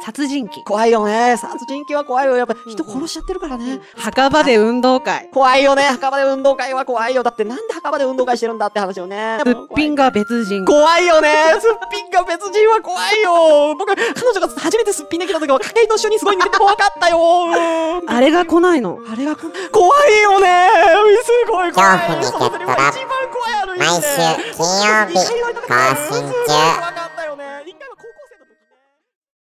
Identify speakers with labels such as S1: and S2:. S1: 殺人鬼。
S2: 怖いよね。殺人鬼は怖いよ。やっぱ人殺しちゃってるからね。
S1: 墓場で運動会。
S2: 怖いよね。墓場で運動会は怖いよ。だってなんで墓場で運動会してるんだって話よね。
S1: すっぴんが別人。
S2: 怖いよね。すっぴんが別人は怖いよ。僕、彼女が初めてすっぴんできた時は、家計と一緒にすごい似てて怖かったよ。うん
S1: あれが来ないの。
S2: あれがこ怖いよね。すごい怖い。
S3: 恐怖にゲットラ毎週金曜日更新中